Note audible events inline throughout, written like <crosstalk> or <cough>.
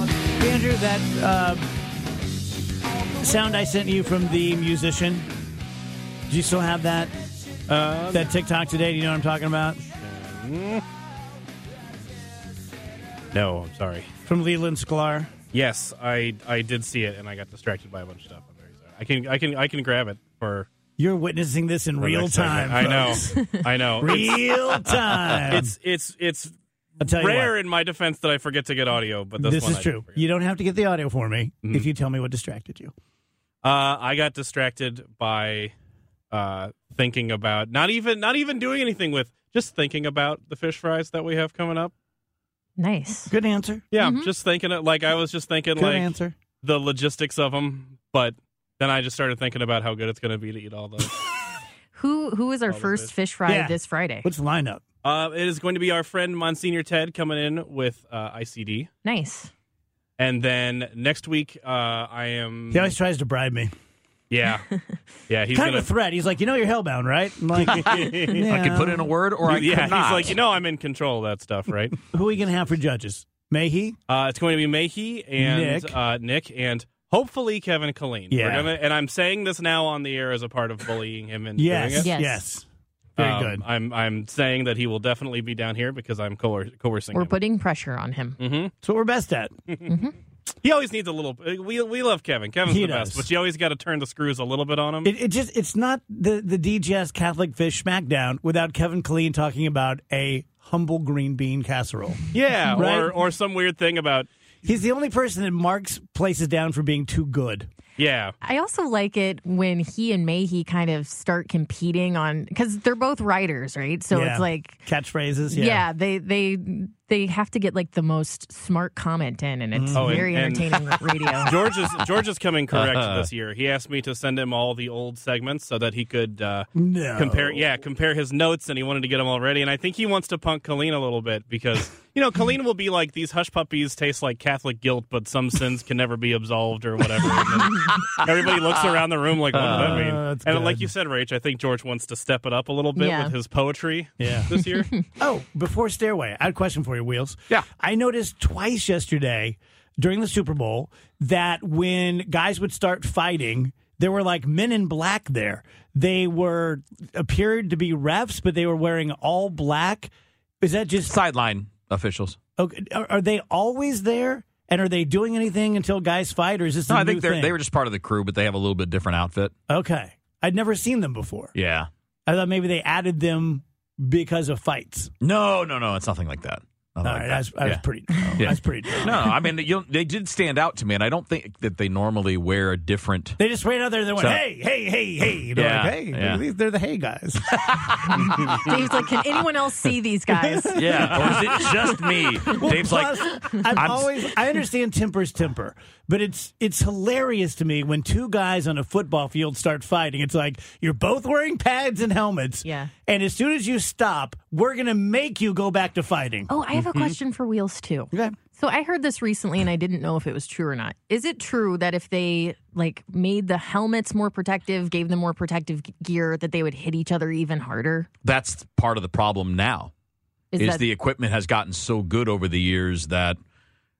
Andrew, that uh, sound I sent you from the musician, do you still have that? Uh, That TikTok today? Do you know what I'm talking about? no, I'm sorry. From Leland Sklar. Yes, I I did see it, and I got distracted by a bunch of stuff. I'm very sorry. I can I can I can grab it for, You're witnessing this in for real next segment. time. folks. I know, I know. <laughs> <laughs> It's- Real time. It's it's it's I'll tell you rare what. in my defense that I forget to get audio, but this, Mm-hmm. This, one is I did true. forget. You don't have to get the audio for me if you tell me what distracted you. Uh, I got distracted by uh, thinking about not even not even doing anything with just thinking about the fish fries that we have coming up. Nice. Good answer. Yeah, just thinking it like I was just thinking Good like answer. the logistics of them, but then I just started thinking about how good it's going to be to eat all those. Who who is our Probably. first fish fry Yeah. this Friday? What's the lineup? uh, it is going to be our friend Monsignor Ted coming in with uh, ICD, Nice. and then next week uh, I am He always tries to bribe me. <laughs> yeah yeah Mm-hmm. he's kind gonna of a threat. He's like, you know, you're hellbound, right? I'm <laughs> like, <laughs> I can put in a word or I yeah could not. he's like you know I'm in control of that stuff <laughs> right. Who are we gonna have for judges? Mayhe. Uh, it's going to be Mayhe and Nick. Uh, Nick and hopefully Kevin Colleen. Yeah. We're gonna, and I'm saying this now on the air as a part of bullying him and doing Yes. it. Yeah. Yes. Yes. Very Um, good. I'm I'm saying that he will definitely be down here because I'm coer- coercing We're him. putting pressure on him. Mm-hmm. That's what we're best <laughs> at. he always needs a little. uh, We we love Kevin. Kevin's He the best, does. but you always got to turn the screws a little bit on him. It, it just it's not the the DGS Catholic Fish Smackdown without Kevin Colleen talking about a humble green bean casserole. <laughs> yeah, Right. or or some weird thing about He's the only person that marks places down for being too good. yeah. I also like it when he and Mayhe kind of start competing on because they're both writers, right? So Yeah. it's like catchphrases. Yeah. yeah. they they they have to get like the most smart comment in, and Mm-hmm. it's Oh, and- very and- entertaining <laughs> radio. George is George is coming correct Uh-huh. this year. He asked me to send him all the old segments so that he could uh, No. compare yeah compare his notes and he wanted to get them already and i think he wants to punk colleen a little bit because you know colleen will be like these hush puppies taste like catholic guilt but some sins can never be absolved or whatever and then everybody looks around the room like what does that mean Uh, and that's like good. you said rach i think george wants to step it up a little bit Yeah. with his poetry Yeah. this year Oh, before Stairway, I had a question for you, Wheels. Yeah. I noticed twice yesterday during the Super Bowl that when guys would start fighting, there were like men in black there. They were appeared to be refs, but they were wearing all black. Is that just Sideline officials. okay? Are, are they always there? And are they doing anything until guys fight, or is this? No, I I think thing? they they were just part of the crew, but they have a little bit different outfit. okay. I'd never seen them before. Yeah. I thought maybe they added them because of fights. No, no, no. It's nothing like that. Nothing All like right, that. that's that was Oh, Yeah. <laughs> pretty. Yeah. That's pretty. No, no, I mean, you they did stand out to me, and I don't think that they normally wear a different. They just ran out there and they went, So- hey, hey, hey, hey. You know, Yeah, like, hey, look yeah. at these- they're the hey guys. Dave's like, can anyone else see these guys? <laughs> Yeah, or is it just me? <laughs> Dave's Plus, like, I've I'm- always, I understand temper's temper, but it's it's hilarious to me when two guys on a football field start fighting. It's like you're both wearing pads and helmets. Yeah. And as soon as you stop, we're gonna make you go back to fighting. Oh, I have a question for Wheels too. Okay. So I heard this recently and I didn't know if it was true or not. Is it true that if they like made the helmets more protective, gave them more protective g- gear, that they would hit each other even harder? that's part of the problem now. Is, that the equipment has gotten so good over the years that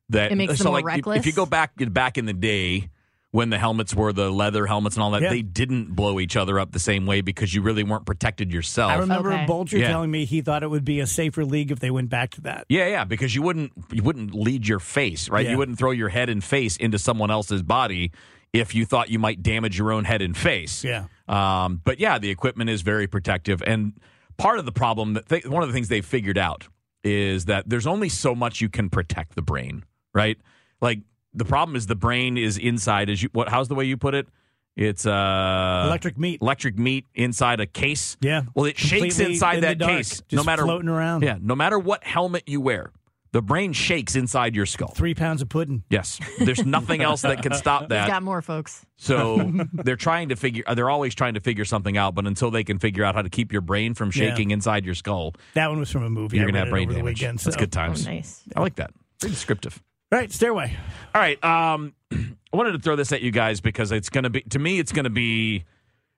that It makes so them more like if- If, reckless? you go back back in the day when the helmets were the leather helmets and all that, Yeah. they didn't blow each other up the same way because you really weren't protected yourself. I remember Okay. Bolger Yeah. telling me he thought it would be a safer league if they went back to that. Yeah, yeah, because you wouldn't you wouldn't lead your face, right? Yeah. You wouldn't throw your head and face into someone else's body if you thought you might damage your own head and face. Yeah. Um, but yeah, the equipment is very protective, and part of the problem that they, one of the things they figured out is that there's only so much you can protect the brain, right? Like the problem is the brain is inside. As you what? How's the way you put it? It's uh, Electric meat. electric meat inside a case. Yeah. Well, it shakes Completely inside in the that dark, case. no just matter floating around. Yeah. No matter what helmet you wear, the brain shakes inside your skull. Three pounds of pudding. Yes. There's nothing else that <laughs> can stop He's that. got more folks. <laughs> So they're trying to figure. They're always trying to figure something out. But until they can figure out how to keep your brain from Yeah. shaking inside your skull, That one was from a movie. I you're gonna read have it brain over the damage. weekend. That's so- good Oh, times. nice. I like that. Pretty descriptive. All right, stairway. All right. Um, <clears throat> I wanted to throw this at you guys because it's going to be, to me, it's going to be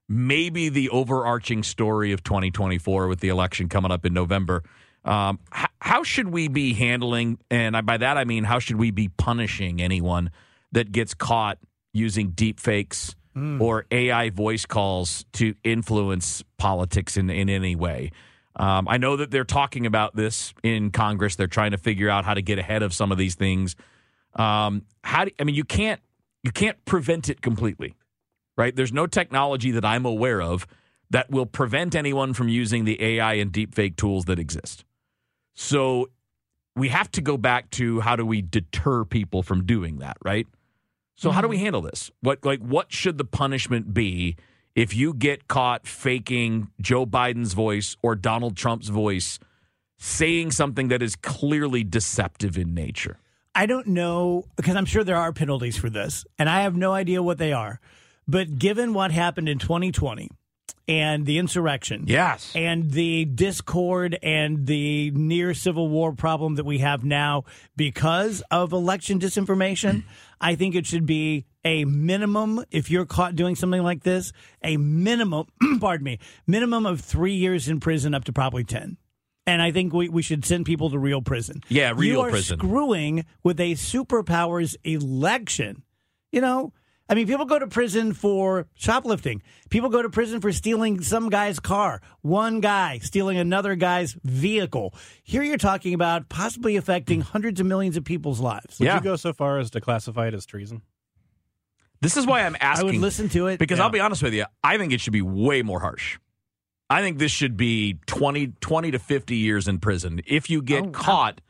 maybe the overarching story of 2024 with the election coming up in November. Um, h- how should we be handling, and I- by that I mean, how should we be punishing anyone that gets caught using deep fakes or AI voice calls to influence politics in, in any way? Um, I know that they're talking about this in Congress. They're trying to figure out how to get ahead of some of these things. Um, how do, I mean, you can't you can't prevent it completely right? There's no technology that I'm aware of that will prevent anyone from using the AI and deepfake tools that exist. So we have to go back to how do we deter people from doing that, right? So how do we handle this? What like what should the punishment be if you get caught faking Joe Biden's voice or Donald Trump's voice saying something that is clearly deceptive in nature? I don't know because I'm sure there are penalties for this, and I have no idea what they are. But given what happened in 2020 and the insurrection, Yes. and the discord and the near civil war problem that we have now because of election <clears throat> disinformation, I think it should be a minimum if you're caught doing something like this, a minimum, <clears throat> pardon me, minimum of three years in prison up to probably 10. And I think we, we should send people to real prison. Yeah, real you are prison. Screwing with a superpowers election. You know, I mean, people go to prison for shoplifting. People go to prison for stealing some guy's car, one guy stealing another guy's vehicle. Here you're talking about possibly affecting hundreds of millions of people's lives. Would Yeah. you go so far as to classify it as treason? This is why I'm I asking would listen to it. Because Yeah. I'll be honest with you, I think it should be way more harsh. I think this should be 20, 20 to 50 years in prison. If you Oh, get caught,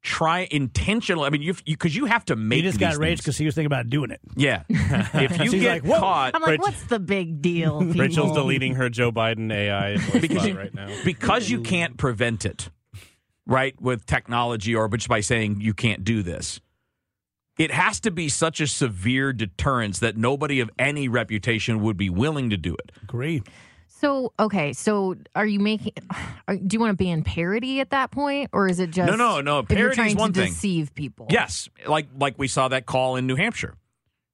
try intentional. I mean, you because you, have to make he just these got raged things. because he was thinking about doing it. <laughs> Yeah. if you She's like, get "Whoa." <laughs> caught, I'm like, Rachel- what's the big <laughs> deal? People? Rachel's deleting her Joe Biden AI voice Because bot you- right now. because you can't prevent it, right, with technology or just by saying you can't do this, it has to be such a severe deterrence that nobody of any reputation would be willing to do it. Agree. So okay, so are you making? Are, do you want to ban parody at that point, or is it just no, no, if you're parody's trying one to thing. deceive people? Yes, like like we saw that call in New Hampshire.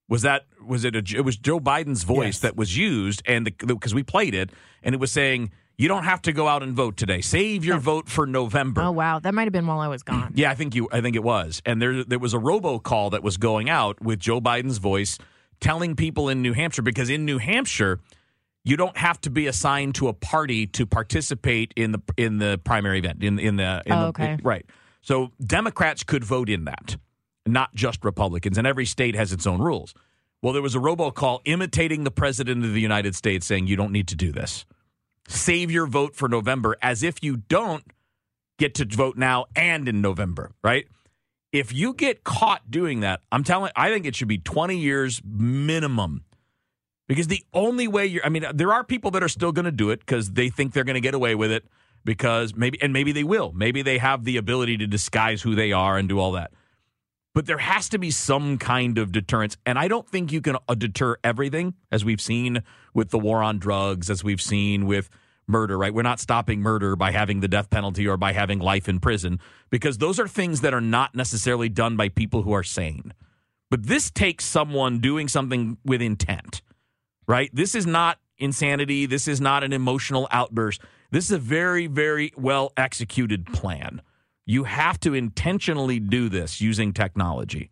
Was that was it? A, it was Joe Biden's voice Yes. that was used, and because we played it, and it was saying you don't have to go out and vote today. Save your vote for November. Oh wow, that might have been while I was gone. Yeah, I think you. I think it was, and there there was a robocall that was going out with Joe Biden's voice telling people in New Hampshire because in New Hampshire you don't have to be assigned to a party to participate in the in the primary event in in the, in Oh, the- okay. right. So Democrats could vote in that, not just Republicans, and every state has its own rules. Well, there was a robocall imitating the president of the United States saying you don't need to do this. Save your vote for November as if you don't get to vote now and in November, right? If you get caught doing that, I'm telling I think it should be 20 years minimum. Because the only way you're I mean there are people that are still going to do it cuz they think they're going to get away with it because maybe and maybe they will. Maybe they have the ability to disguise who they are and do all that. But there has to be some kind of deterrence. And I don't think you can uh, deter everything, as we've seen with the war on drugs, as we've seen with murder, right? We're not stopping murder by having the death penalty or by having life in prison, because those are things that are not necessarily done by people who are sane. But this takes someone doing something with intent, right? This is not insanity. This is not an emotional outburst. This is a very, very well executed plan. You have to intentionally do this using technology.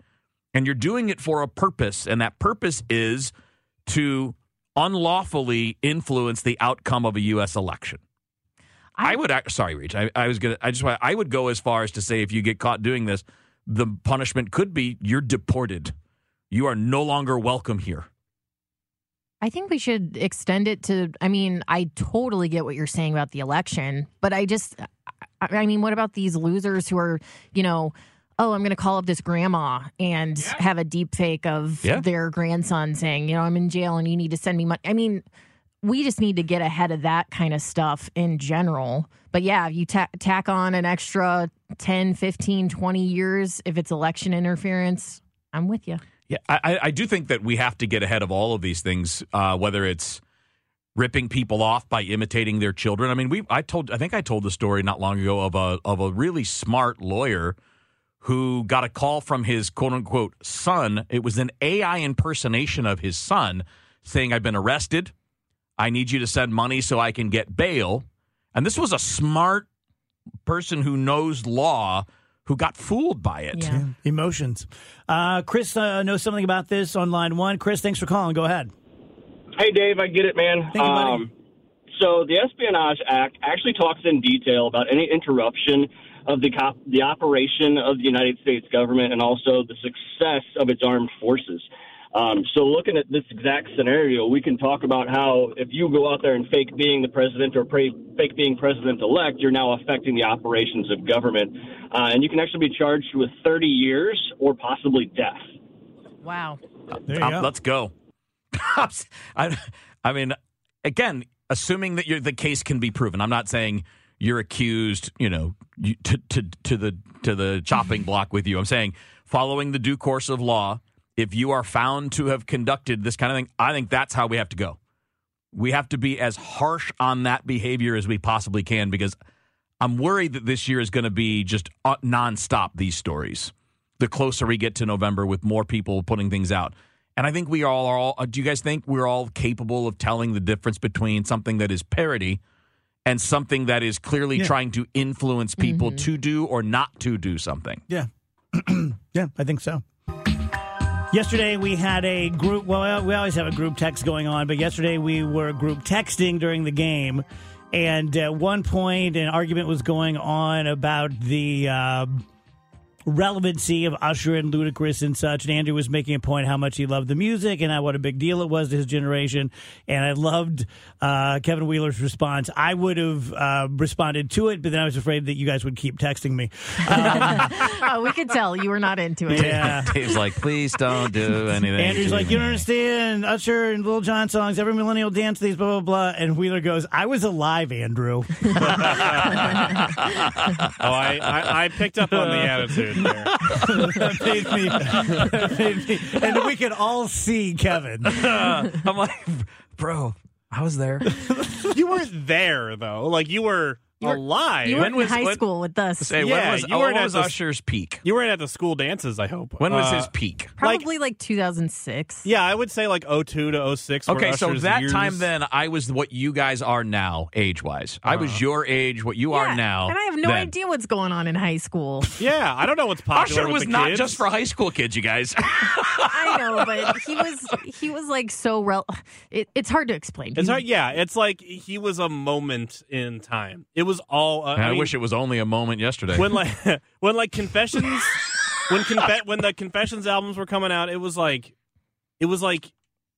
And you're doing it for a purpose. And that purpose is to unlawfully influence the outcome of a U.S. election. I, would, ac- sorry, Reach. I, I was going to, I just, wa- I would go as far as to say if you get caught doing this, the punishment could be you're deported. You are no longer welcome here. I think we should extend it to. I mean, I totally get what you're saying about the election, but I just, I, I mean, what about these losers who are, you know, oh, I'm going to call up this grandma and have a deep fake of Yeah. their grandson saying, you know, I'm in jail and you need to send me money. I mean, we just need to get ahead of that kind of stuff in general. But yeah, you ta- tack on an extra 10, 15, 20 years if it's election interference. I'm with you. Yeah, I, I- I do think that we have to get ahead of all of these things, uh, whether it's ripping people off by imitating their children. I mean, we I told I think I told the story not long ago of a of a really smart lawyer who got a call from his quote unquote son. It was an AI impersonation of his son saying, "I've been arrested. I need you to send money so I can get bail." And this was a smart person who knows law who got fooled by it. Yeah. Emotions. Uh, Chris uh, knows something about this on line one. Chris, thanks for calling. Go ahead. Hey, Dave, I get it, man. Um, Thank you, buddy. so the Espionage Act actually talks in detail about any interruption of the cop- the operation of the United States government and also the success of its armed forces. Um, so looking at this exact scenario, we can talk about how if you go out there and fake being the president or pre- fake being president elect, you're now affecting the operations of government, uh, and you can actually be charged with 30 years or possibly death. Wow. There you Um, go. Let's go. <laughs> I, I mean, again, assuming that you're, the case can be proven. I'm not saying you're accused, you know, you, to, to to the to the <laughs> chopping block with you. I'm saying following the due course of law. If you are found to have conducted this kind of thing, I think that's how we have to go. We have to be as harsh on that behavior as we possibly can because I'm worried that this year is going to be just uh, nonstop these stories. The closer we get to November, with more people putting things out, and I think we all are. All, uh, do you guys think we're all capable of telling the difference between something that is parody and something that is clearly Yeah. trying to influence people to do or not to do something? Yeah. <clears throat> yeah, I think so. Yesterday we had a group. Well, we always have a group text going on, but yesterday we were group texting during the game, and at one point an argument was going on about the uh, relevancy of Usher and Ludacris and such. And Andrew was making a point how much he loved the music and how what a big deal it was to his generation. And I loved uh, Kevin Wheeler's response. I would have uh, responded to it, but then I was afraid that you guys would keep texting me. oh, we could tell you were not into it. Yeah. <laughs> Dave's like, please <laughs> don't do anything. Andrew's like, you don't understand. Usher and Lil Jon songs. Every millennial dance to these. Blah blah blah. And Wheeler goes, I was alive, Andrew. <laughs> Oh, I, I, I picked up <laughs> on the attitude there. that made me. That made me. And we could all see Kevin. I'm like, bro, I <laughs> was there. You weren't there though. Like you were were- alive. You were in was- high when- school with us. Say, Yeah, when was, you weren't when at was the- Usher's peak? you weren't at the school dances. I hope. When was Uh, his peak? Probably like 2006. Yeah, I would say like 02 to 06. were Okay, so Usher's that years. time then, I was what you guys are now, age wise. I Uh-huh. was your age, what you Yeah, are now. And I have no then. idea what's going on in high <laughs> school. Yeah, I don't know what's popular. Usher with was the not kids. just for high school kids, <laughs> you guys. I know, but he was he was like so rel. It, it's hard to explain. It's hard. Yeah, it's like he was a moment in time. It was all. Uh, I, I, mean, wish it was only a moment yesterday. when like <laughs> when like confessions when confe- when the confessions albums were coming out, it was like it was like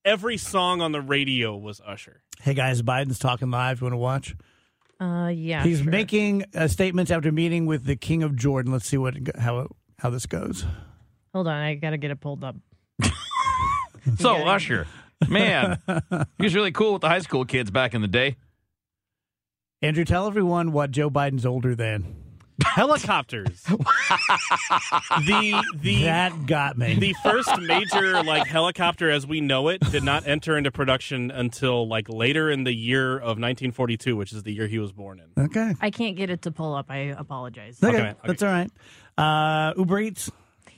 every song on the radio was Usher. Hey guys, Biden's talking live. You want to watch? Uh, yeah. He's sure. making uh, statements after meeting with the King of Jordan. Let's see what how it- how this goes. Hold on, I gotta get it pulled up. so Yeah. Usher, man, he was really cool with the high school kids back in the day. Andrew, tell everyone what Joe Biden's older than. Helicopters. <laughs> the the That got me. <laughs> the first major like helicopter as we know it did not enter into production until like later in the year of 1942 which is the year he was born in okay. I can't get it to pull up. I apologize. Okay, man. that's all right. Uh, Uber Eats.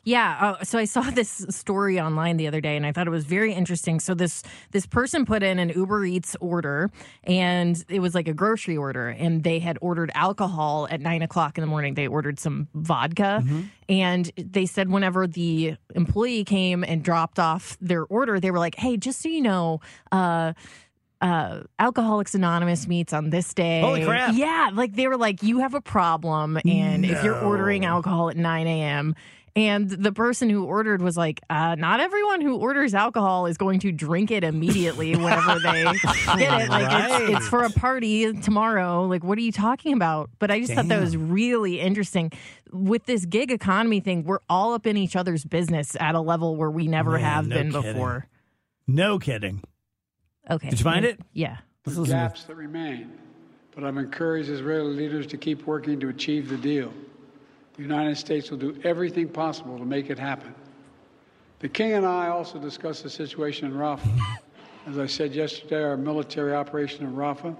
Yeah, uh, so I saw <laughs> this story online the other day, and I thought it was very interesting. So this this person put in an Uber Eats order, and it was like a grocery order, and they had ordered alcohol at nine o'clock in the morning. They ordered some vodka, and they said whenever the employee came and dropped off their order, they were like, "Hey, just so you know." Uh, uh, Alcoholics Anonymous meets on this day. Holy crap. Yeah, like they were like, you have a problem, and if you're ordering alcohol at 9 a.m., and the person who ordered was like, uh, not everyone who orders alcohol is going to drink it <laughs> immediately whenever they get it. Like Right. it's, it's for a party tomorrow. Like, what are you talking about? But I just thought that was really interesting. With this gig economy thing, we're all up in each other's business at a level where we never Man, have no been kidding. before. No kidding. Okay. Did you find it? Yeah. Let's the listen to this. gaps that remain, but I've encouraged Israeli leaders to keep working to achieve the deal. The United States will do everything possible to make it happen. The King and I also discussed the situation in Rafah. As I said yesterday, our military operation in Rafah,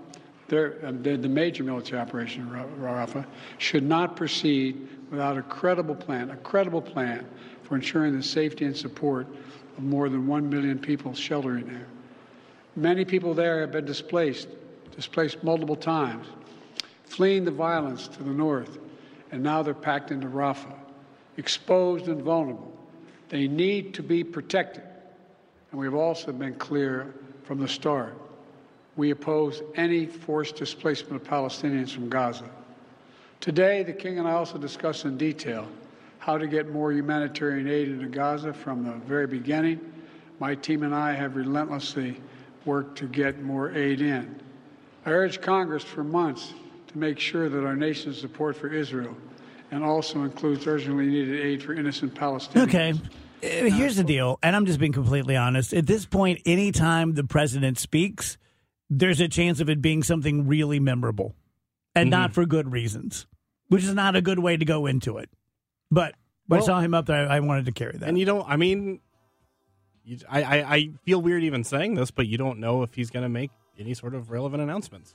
there- uh, the, the major military operation in Ra- Rafah, should not proceed without a credible plan, a credible plan for ensuring the safety and support of more than 1 million people sheltering there. Many people there have been displaced, displaced multiple times. fleeing the violence to the north, and now they're packed into Rafah, exposed and vulnerable. They need to be protected. And we've also been clear from the start we oppose any forced displacement of Palestinians from Gaza. Today, the King and I also discussed in detail how to get more humanitarian aid into Gaza from the very beginning. My team and I have relentlessly worked to get more aid in. I urged Congress for months to make sure that our nation's support for Israel and also includes urgently needed aid for innocent Palestinians. Okay. Uh, Here's the deal, and I'm just being completely honest. At this point, anytime the president speaks, there's a chance of it being something really memorable and Mm-hmm. not for good reasons, which is not a good way to go into it. But when I Well- saw him up there, I, I wanted to carry that. And you don't. I mean, you, I, I I feel weird even saying this, but you don't know if he's going to make any sort of relevant announcements.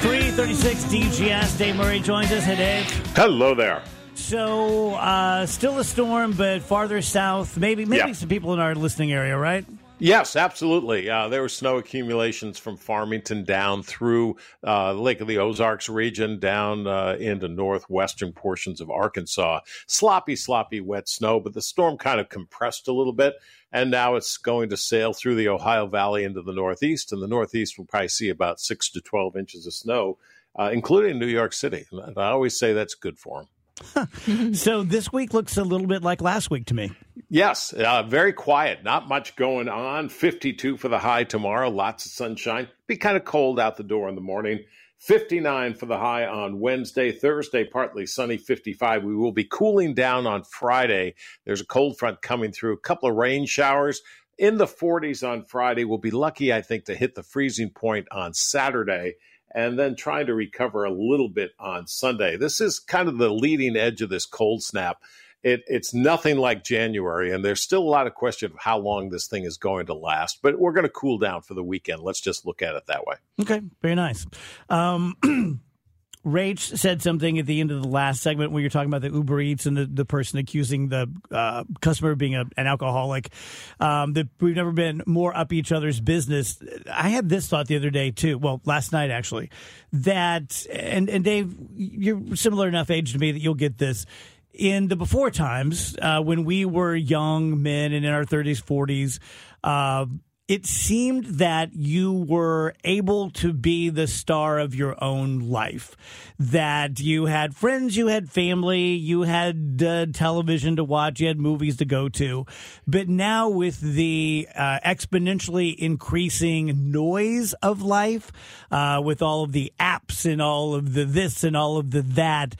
Three thirty-six DGS. Dave Murray joins us. Hey, Dave. Hello there. So, uh, still a storm, but farther south. Maybe, maybe Yeah. some people in our listening area, right? Yes, absolutely. Uh, there were snow accumulations from Farmington down through uh, the Lake of the Ozarks region, down uh, into northwestern portions of Arkansas. Sloppy, sloppy, wet snow, but the storm kind of compressed a little bit, and now it's going to sail through the Ohio Valley into the Northeast, and the Northeast will probably see about six to 12 inches of snow, uh, including New York City. And I always say that's good for them. Mm-hmm. So this week looks a little bit like last week to me. Yes, uh, very quiet. Not much going on. 52 for the high tomorrow. Lots of sunshine. Be kind of cold out the door in the morning. 59 for the high on Wednesday. Thursday, partly sunny, 55. We will be cooling down on Friday. There's a cold front coming through. A couple of rain showers in the 40s on Friday. We'll be lucky, I think, to hit the freezing point on Saturday and then trying to recover a little bit on Sunday. This is kind of the leading edge of this cold snap. It, it's nothing like January, and there's still a lot of question of how long this thing is going to last, but we're going to cool down for the weekend. Let's just look at it that way. Okay, very nice. Um, <clears throat> Rach said something at the end of the last segment when you're talking about the Uber Eats and the, the person accusing the uh, customer of being a, an alcoholic. Um, that we've never been more up each other's business. I had this thought the other day too. Well, last night actually. That and and Dave, you're similar enough age to me that you'll get this. In the before times, uh, when we were young men and in our 30s, 40s, uh, it seemed that you were able to be the star of your own life. That you had friends, you had family, you had uh, television to watch, you had movies to go to. But now, with the uh, exponentially increasing noise of life, uh, with all of the apps and all of the this and all of the that,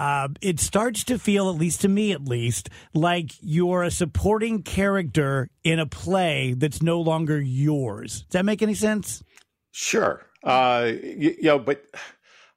uh, it starts to feel, at least to me at least, like you're a supporting character in a play that's no longer yours. Does that make any sense? Sure. Mm-hmm. Uh, y- you, know, but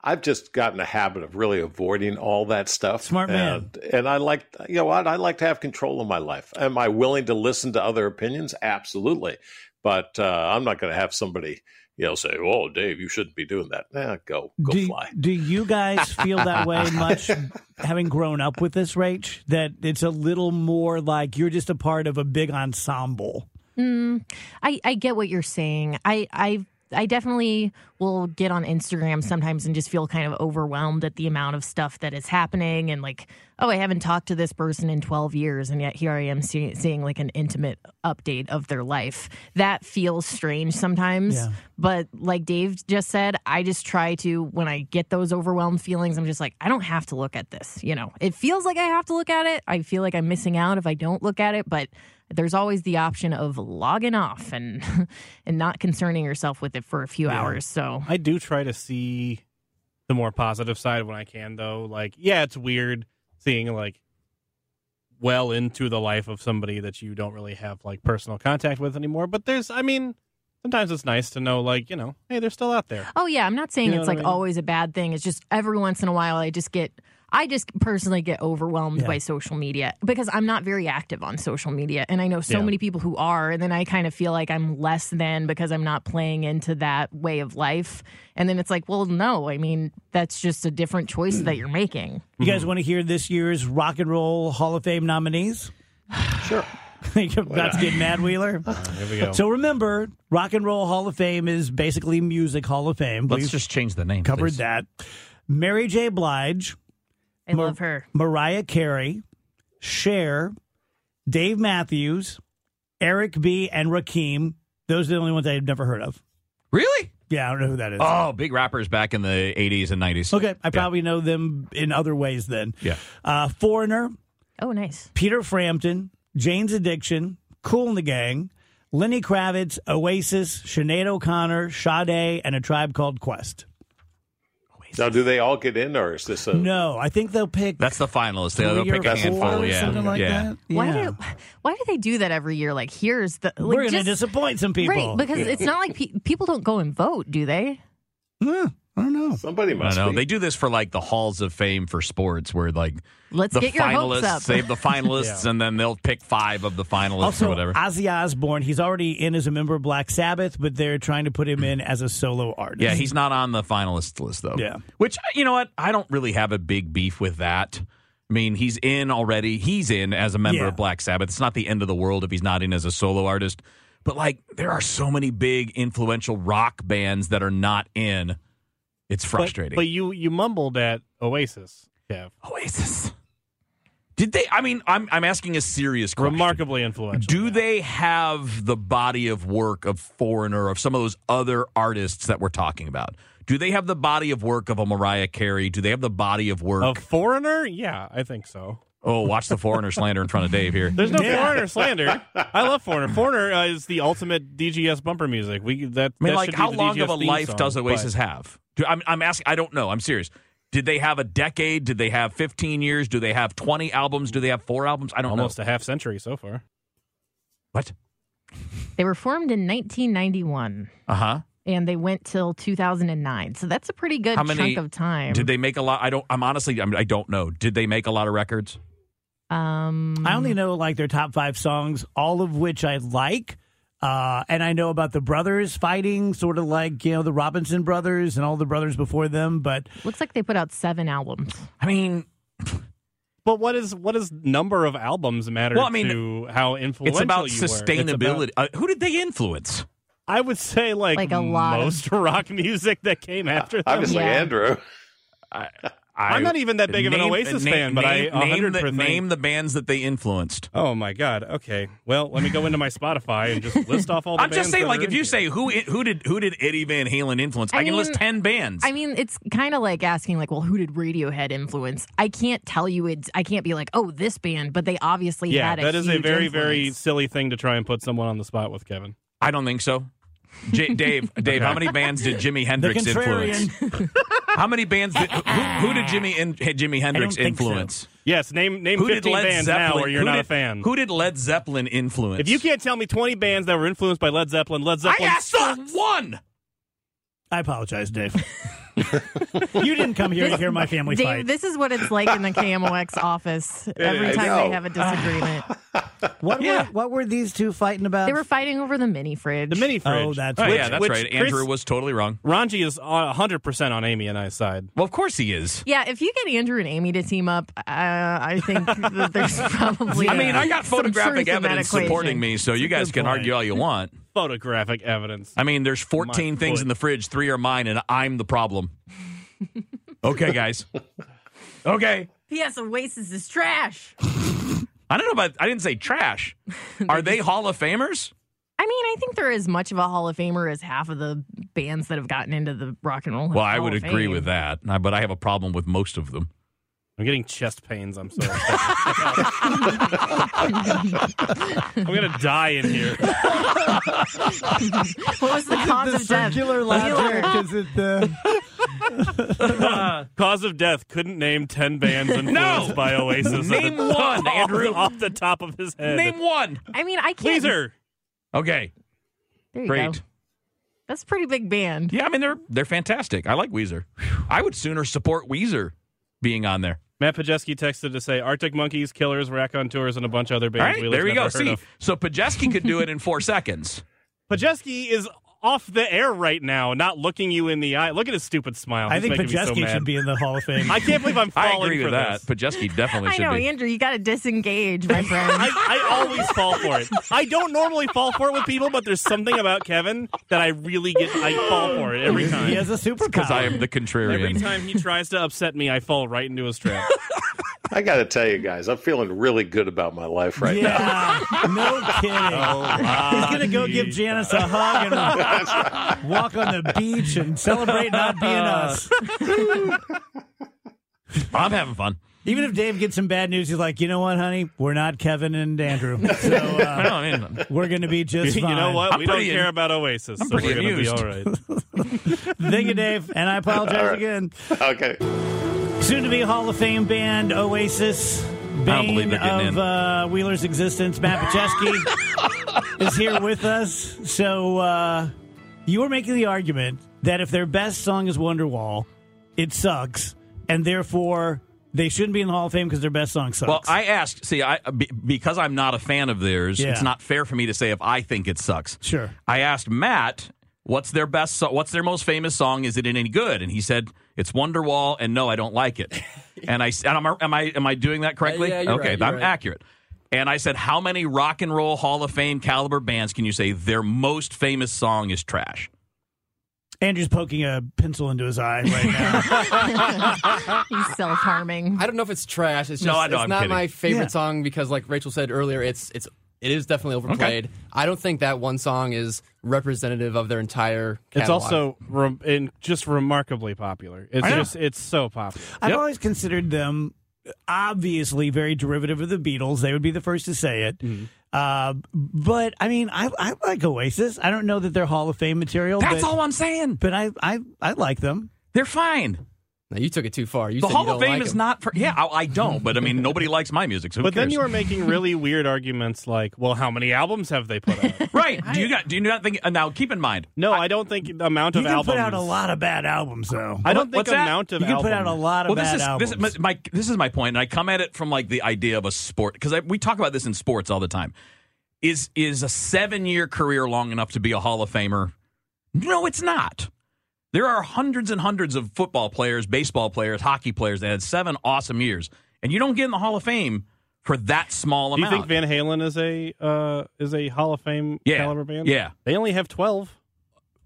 I've just gotten a habit of really avoiding all that stuff. Smart man. And, and I like, you know what? I like to have control of my life. Am I willing to listen to other opinions? Absolutely. But uh, I'm not going to have somebody, you know, say, oh, Dave, you shouldn't be doing that. Eh, go, go do, <laughs> fly. do you guys feel that way much having grown up with this, Rach? That it's a little more like you're just a part of a big ensemble. Mm, I, I get what you're saying. I, I I definitely will get on Instagram sometimes and just feel kind of overwhelmed at the amount of stuff that is happening and like, oh, I haven't talked to this person in 12 years and yet here I am see- seeing like an intimate update of their life. That feels strange sometimes. Yeah. But like Dave just said, I just try to when I get those overwhelmed feelings, I'm just like, I don't have to look at this, you know. It feels like I have to look at it. I feel like I'm missing out if I don't look at it, but there's always the option of logging off and <laughs> and not concerning yourself with it for a few hours. So I do try to see the more positive side when I can, though. Like, yeah, it's weird seeing like well into the life of somebody that you don't really have like personal contact with anymore. But there's, I mean, sometimes it's nice to know, like, you know, hey, they're still out there. Oh yeah, I'm not saying You know it's what I like mean? always a bad thing. It's just every once in a while I just get I just personally get overwhelmed Yeah. by social media because I'm not very active on social media and I know so Yeah. many people who are and then I kind of feel like I'm less than because I'm not playing into that way of life. And then it's like, well, no, I mean, that's just a different choice Mm. that you're making. You guys want to hear this year's Rock and Roll Hall of Fame nominees? Sure. <laughs> think that's getting Mad Wheeler. Here we go. So remember, Rock and Roll Hall of Fame is basically Music Hall of Fame. Let's We've just change the name. covered please. that. Mary J. Blige, I Mar- love her. Mariah Carey, Cher, Dave Matthews, Eric B., and Rakim. Those are the only ones I've never heard of. Really? Yeah, I don't know who that is. Oh, big rappers back in the 80s and 90s. okay, I probably know them in other ways then. Yeah. Uh, Foreigner, Oh, nice. Peter Frampton, Jane's Addiction, Cool and the Gang, Lenny Kravitz, Oasis, Sinead O'Connor, Sade, and a tribe called Quest. Now, do they all get in, or is this a? No, I think they'll pick. Oh. That's the finalists. They'll, they'll three pick or four a handful. or Yeah. something like yeah. that. Why Yeah. do <laughs> why do they do that every year? Like here's the like We're going to just- disappoint some people. right because it's not like pe- people don't go and vote, do they? Huh, I don't know. Somebody I must know. be. They do this for like the halls of fame for sports where like Let's the get your hopes finalists up. save <laughs> the finalists and then they'll pick five of the finalists Also, or whatever. Ozzy Osbourne, he's already in as a member of Black Sabbath, but they're trying to put him in as a solo artist. Yeah, he's not on the finalist list though. Yeah. Which you know what? I don't really have a big beef with that. I mean, he's in already. He's in as a member Yeah. of Black Sabbath. It's not the end of the world if he's not in as a solo artist. But like there are so many big influential rock bands that are not in. It's frustrating. But you you mumbled at Oasis. Yeah, Oasis. Did they I mean, I'm I'm asking a serious question. remarkably influential. Do they have the body of work of Foreigner, of some of those other artists that we're talking about? Do they have the body of work of a Mariah Carey? Do they have the body of work? a foreigner? Yeah, I think so. <laughs> oh, watch the Foreigner slander in front of <laughs> Dave here. There's no <laughs> foreigner slander. I love foreigner. Foreigner uh, is the ultimate DGS bumper music. We that. I mean, that like, should be how the long DGS of a theme life song, does Oasis but- have? Do, I'm, I'm asking. I don't know. I'm serious. Did they have a decade? Did they have 15 years? Do they have 20 albums? Do they have four albums? I don't Almost know. a half century so far. What? They were formed in 1991 Uh huh. and they went till 2009. So that's a pretty good How many- chunk of time. Did they make a lot? I don't. I'm honestly. I'm, I don't know. Did they make a lot of records? um I only know like their top five songs, all of which I like. Uh, and I know about the brothers fighting, sort of like, you know, the Robinson brothers and all the brothers before them. But looks like they put out 7 albums. I mean, But what is what is number of albums matter Well, I mean, to how influential it's about you were? It's about- sustainability. Uh, who did they influence? I would say like, Like a lot of- most <laughs> rock music that came after them. Obviously, Yeah. Andrew. I'm not even that big of an Oasis fan, but I name the, 100% name the bands that they influenced. Oh my god. Okay. Well, let me go into my Spotify and just list off <laughs> all. the I'm just bands saying, that like, are if in you here. say who i- who did who did Eddie Van Halen influence, I, I can list mean- ten bands. I mean, it's kind of like asking like, well, who did Radiohead influence? I can't tell you it's I can't be like, "Oh, this band," but they obviously yeah, had a that is a huge very very influence. silly thing to try and put someone on the spot with Kevin. I don't think so. <laughs> J- Dave, Dave, how many bands did Jimi Hendrix influence? contrarian. How many bands did who, <laughs> who did Jimmy in, Jimi Hendrix think so. influence? Yes, name name Who did 15 Led bands Zeppelin? now, or you're who not a did, fan. Who did Led Zeppelin influence? if you can't tell me 20 bands that were influenced by Led Zeppelin, Led I Zeppelin. asked for one. I apologize, Dave. <laughs> you didn't come here to hear my family Dave, fight. this is what it's like in the <laughs> KMOX office every is. I time know. they have a disagreement. what, Yeah. were, what were these two fighting about? they were fighting over the mini fridge. the mini fridge. Oh, that's Oh, right. yeah, that's which right. Chris- Andrew was totally wrong. Ranji is uh, 100% on Amy and I's side. Well, of course he is. Yeah, if you get Andrew and Amy to team up, uh, I think <laughs> that there's probably. I mean, I got some truth photographic in that evidence equation. supporting me, so you guys good can point. argue all you want. Photographic evidence. I mean, there's 14 My things foot. in the fridge, three are mine, and I'm <laughs> the problem. okay, guys. Okay. P.S. Oasis is trash. I don't know about, I didn't <laughs> say trash. Are they Hall of Famers? I mean, I think they're as much of a Hall of Famer as half of the bands that have gotten into the rock and roll. Well, I Hall would of agree Fame. with that, I- but I have a problem with most of them. I'm getting chest pains. I'm sorry. <laughs> I'm going to die in here. <laughs> What <laughs> was the cause the of death? circular laughter. Wheeler. Is it the Cause of death couldn't name 10 <laughs> bands influenced by Oasis. Name Off the- one, <laughs> Andrew. Off the top of his head. Name one. <laughs> I mean, I can't. Weezer. Okay, There you great. go. That's a pretty big band. Yeah, I mean, they're, they're fantastic. I like Weezer. I would sooner support Weezer being on there. Matt Pajeski texted to say Arctic Monkeys, Killers, Raconteurs, and a bunch of other All bands. right, Wheeler's there we never go. heard See, <laughs> of. so Pajeski could do it in four seconds. Pajeski is off the air right now, not looking you in the eye. Look at his stupid smile. I He's think making me so Pajeski mad. should be in the Hall of Fame. <laughs> I can't believe I'm I falling agree for with that. this. Pajeski <laughs> definitely I should know, be. Andrew. You got to disengage, <laughs> my friend. I, I always fall for it. I don't normally fall for it with people, but there's something about Kevin that I really get. I fall for it every he time. has a superpower. Because I am Every the contrarian. time he tries to upset me, I fall right into his trap. I got to tell you guys, I'm feeling really good about my life right now. yeah, <laughs> no kidding. <laughs> Oh, He's gonna go give Janice a hug and <laughs> walk on the beach and celebrate not being us. I'm having fun. Even if Dave gets some bad news, he's like, you know what, honey, we're not Kevin and Andrew, so <laughs> I uh, know. I mean, we're gonna <laughs> be just you fine. know what? I'm we don't pretty care am- about Oasis, so pretty we're gonna be amused. all <laughs> right. Thank you, Dave, and I apologize All right. again. <laughs> Okay. Soon to be Hall of Fame band Oasis. Bane don't believe they're getting of in. Uh, Wheeler's existence, Matt Pacheski, <laughs> is here with us. So uh, you were making the argument that if their best song is Wonderwall, it sucks, and therefore they shouldn't be in the Hall of Fame because their best song sucks. Well, I asked. See, I be- because I'm not a fan of theirs. Yeah. It's not fair for me to say if I think it sucks. Sure. I asked Matt, "What's their best? So- what's their most famous song? Is it any good?" And he said, "It's Wonderwall." And no, I don't like <laughs> it. and I s- and am I am I am I doing that correctly? yeah, you're okay, right, you're I'm right. accurate. And I said, "How many rock and roll Hall of Fame caliber bands can you say their most famous song is trash?" Andrew's poking a pencil into his eye <laughs> right now. He's self harming. I don't know if it's trash. It's just No, I know, it's I'm not kidding. my favorite Yeah. song because, like Rachel said earlier, it's it's it is definitely overplayed. I don't think that one song is representative of their entire. It's catalog. also rem- and just remarkably popular. It's I know. just it's so popular. I've always considered them obviously very derivative of the Beatles. They would be the first to say it. Mm-hmm. Uh, but I mean, I, I like Oasis. I don't know that they're Hall of Fame material. That's but, all I'm saying. But I, I, I like them. They're fine. Now, you took it too far. You The said you Hall don't of Fame like is 'em. not for. Yeah, I, I don't. But I mean, nobody likes my music. So who But then cares? you are making <laughs> really weird arguments like, well, how many albums have they put out? right. Do you got? Do you not think? uh, Now, keep in mind, No, I, don't think the amount You of can albums. put out a lot of bad albums, though. I don't What- think what's that? amount of you can albums. put out a lot of well, bad this is albums. this is my this is my point, and I come at it from like the idea of a sport because we talk about this in sports all the time. Is is a seven year career long enough to be a Hall of Famer? No, it's not. There are hundreds and hundreds of football players, baseball players, hockey players that had seven awesome years, and you don't get in the Hall of Fame for that small Do you think amount. Van Halen is a uh, is a Hall of Fame Yeah. caliber band? Yeah. they only have twelve.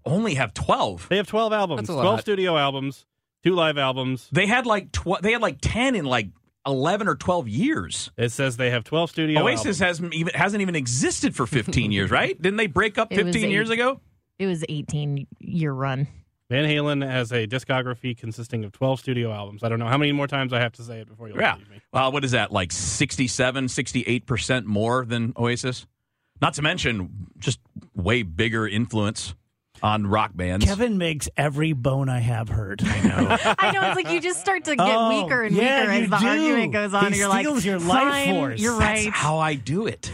Only have twelve. They have twelve albums, That's a lot. twelve studio albums, two live albums. They had like tw- they had like ten in like eleven or twelve years. It says they have twelve studio. Oasis hasn't even hasn't even existed for 15 years, right? Didn't they break up It was 15 years eight. ago? It was 18 year run. albums. Van Halen has a discography consisting of twelve studio albums. I don't know how many more times I have to say it before you Yeah. leave me. Well, what is that like 67, 68% more than Oasis? Not to mention just way bigger influence on rock bands. Kevin makes every bone I have hurt. <laughs> I know it's like you just start to get Oh, weaker and yeah, weaker you as the do. argument goes on. He and you're like, steals your life "Fine, force." You're That's right. how I <laughs> do it.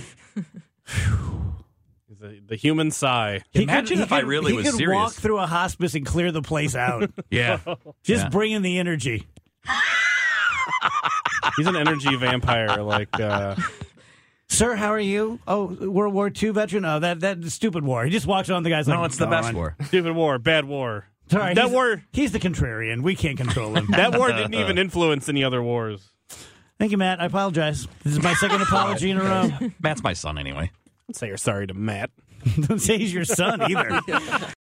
The, the human sigh. He Imagine he if I really he was could serious. walk through a hospice and clear the place <laughs> out. Yeah. Just Yeah. bring in the energy. He's <laughs> an energy vampire. Like uh, Sir, how are you? Oh, World War II veteran? Oh, that, that stupid war. He just walks on the guy's like, no, it's the best "Gone." war. stupid war, bad war. Sorry, that he's- war. He's the contrarian. We can't control <laughs> him. <laughs> That war didn't even influence any other wars. Thank you, Matt. I apologize. This is my <laughs> second apology in a row. Matt's my son anyway. <laughs> Don't say you're sorry to Matt. <laughs> Don't say he's your son either.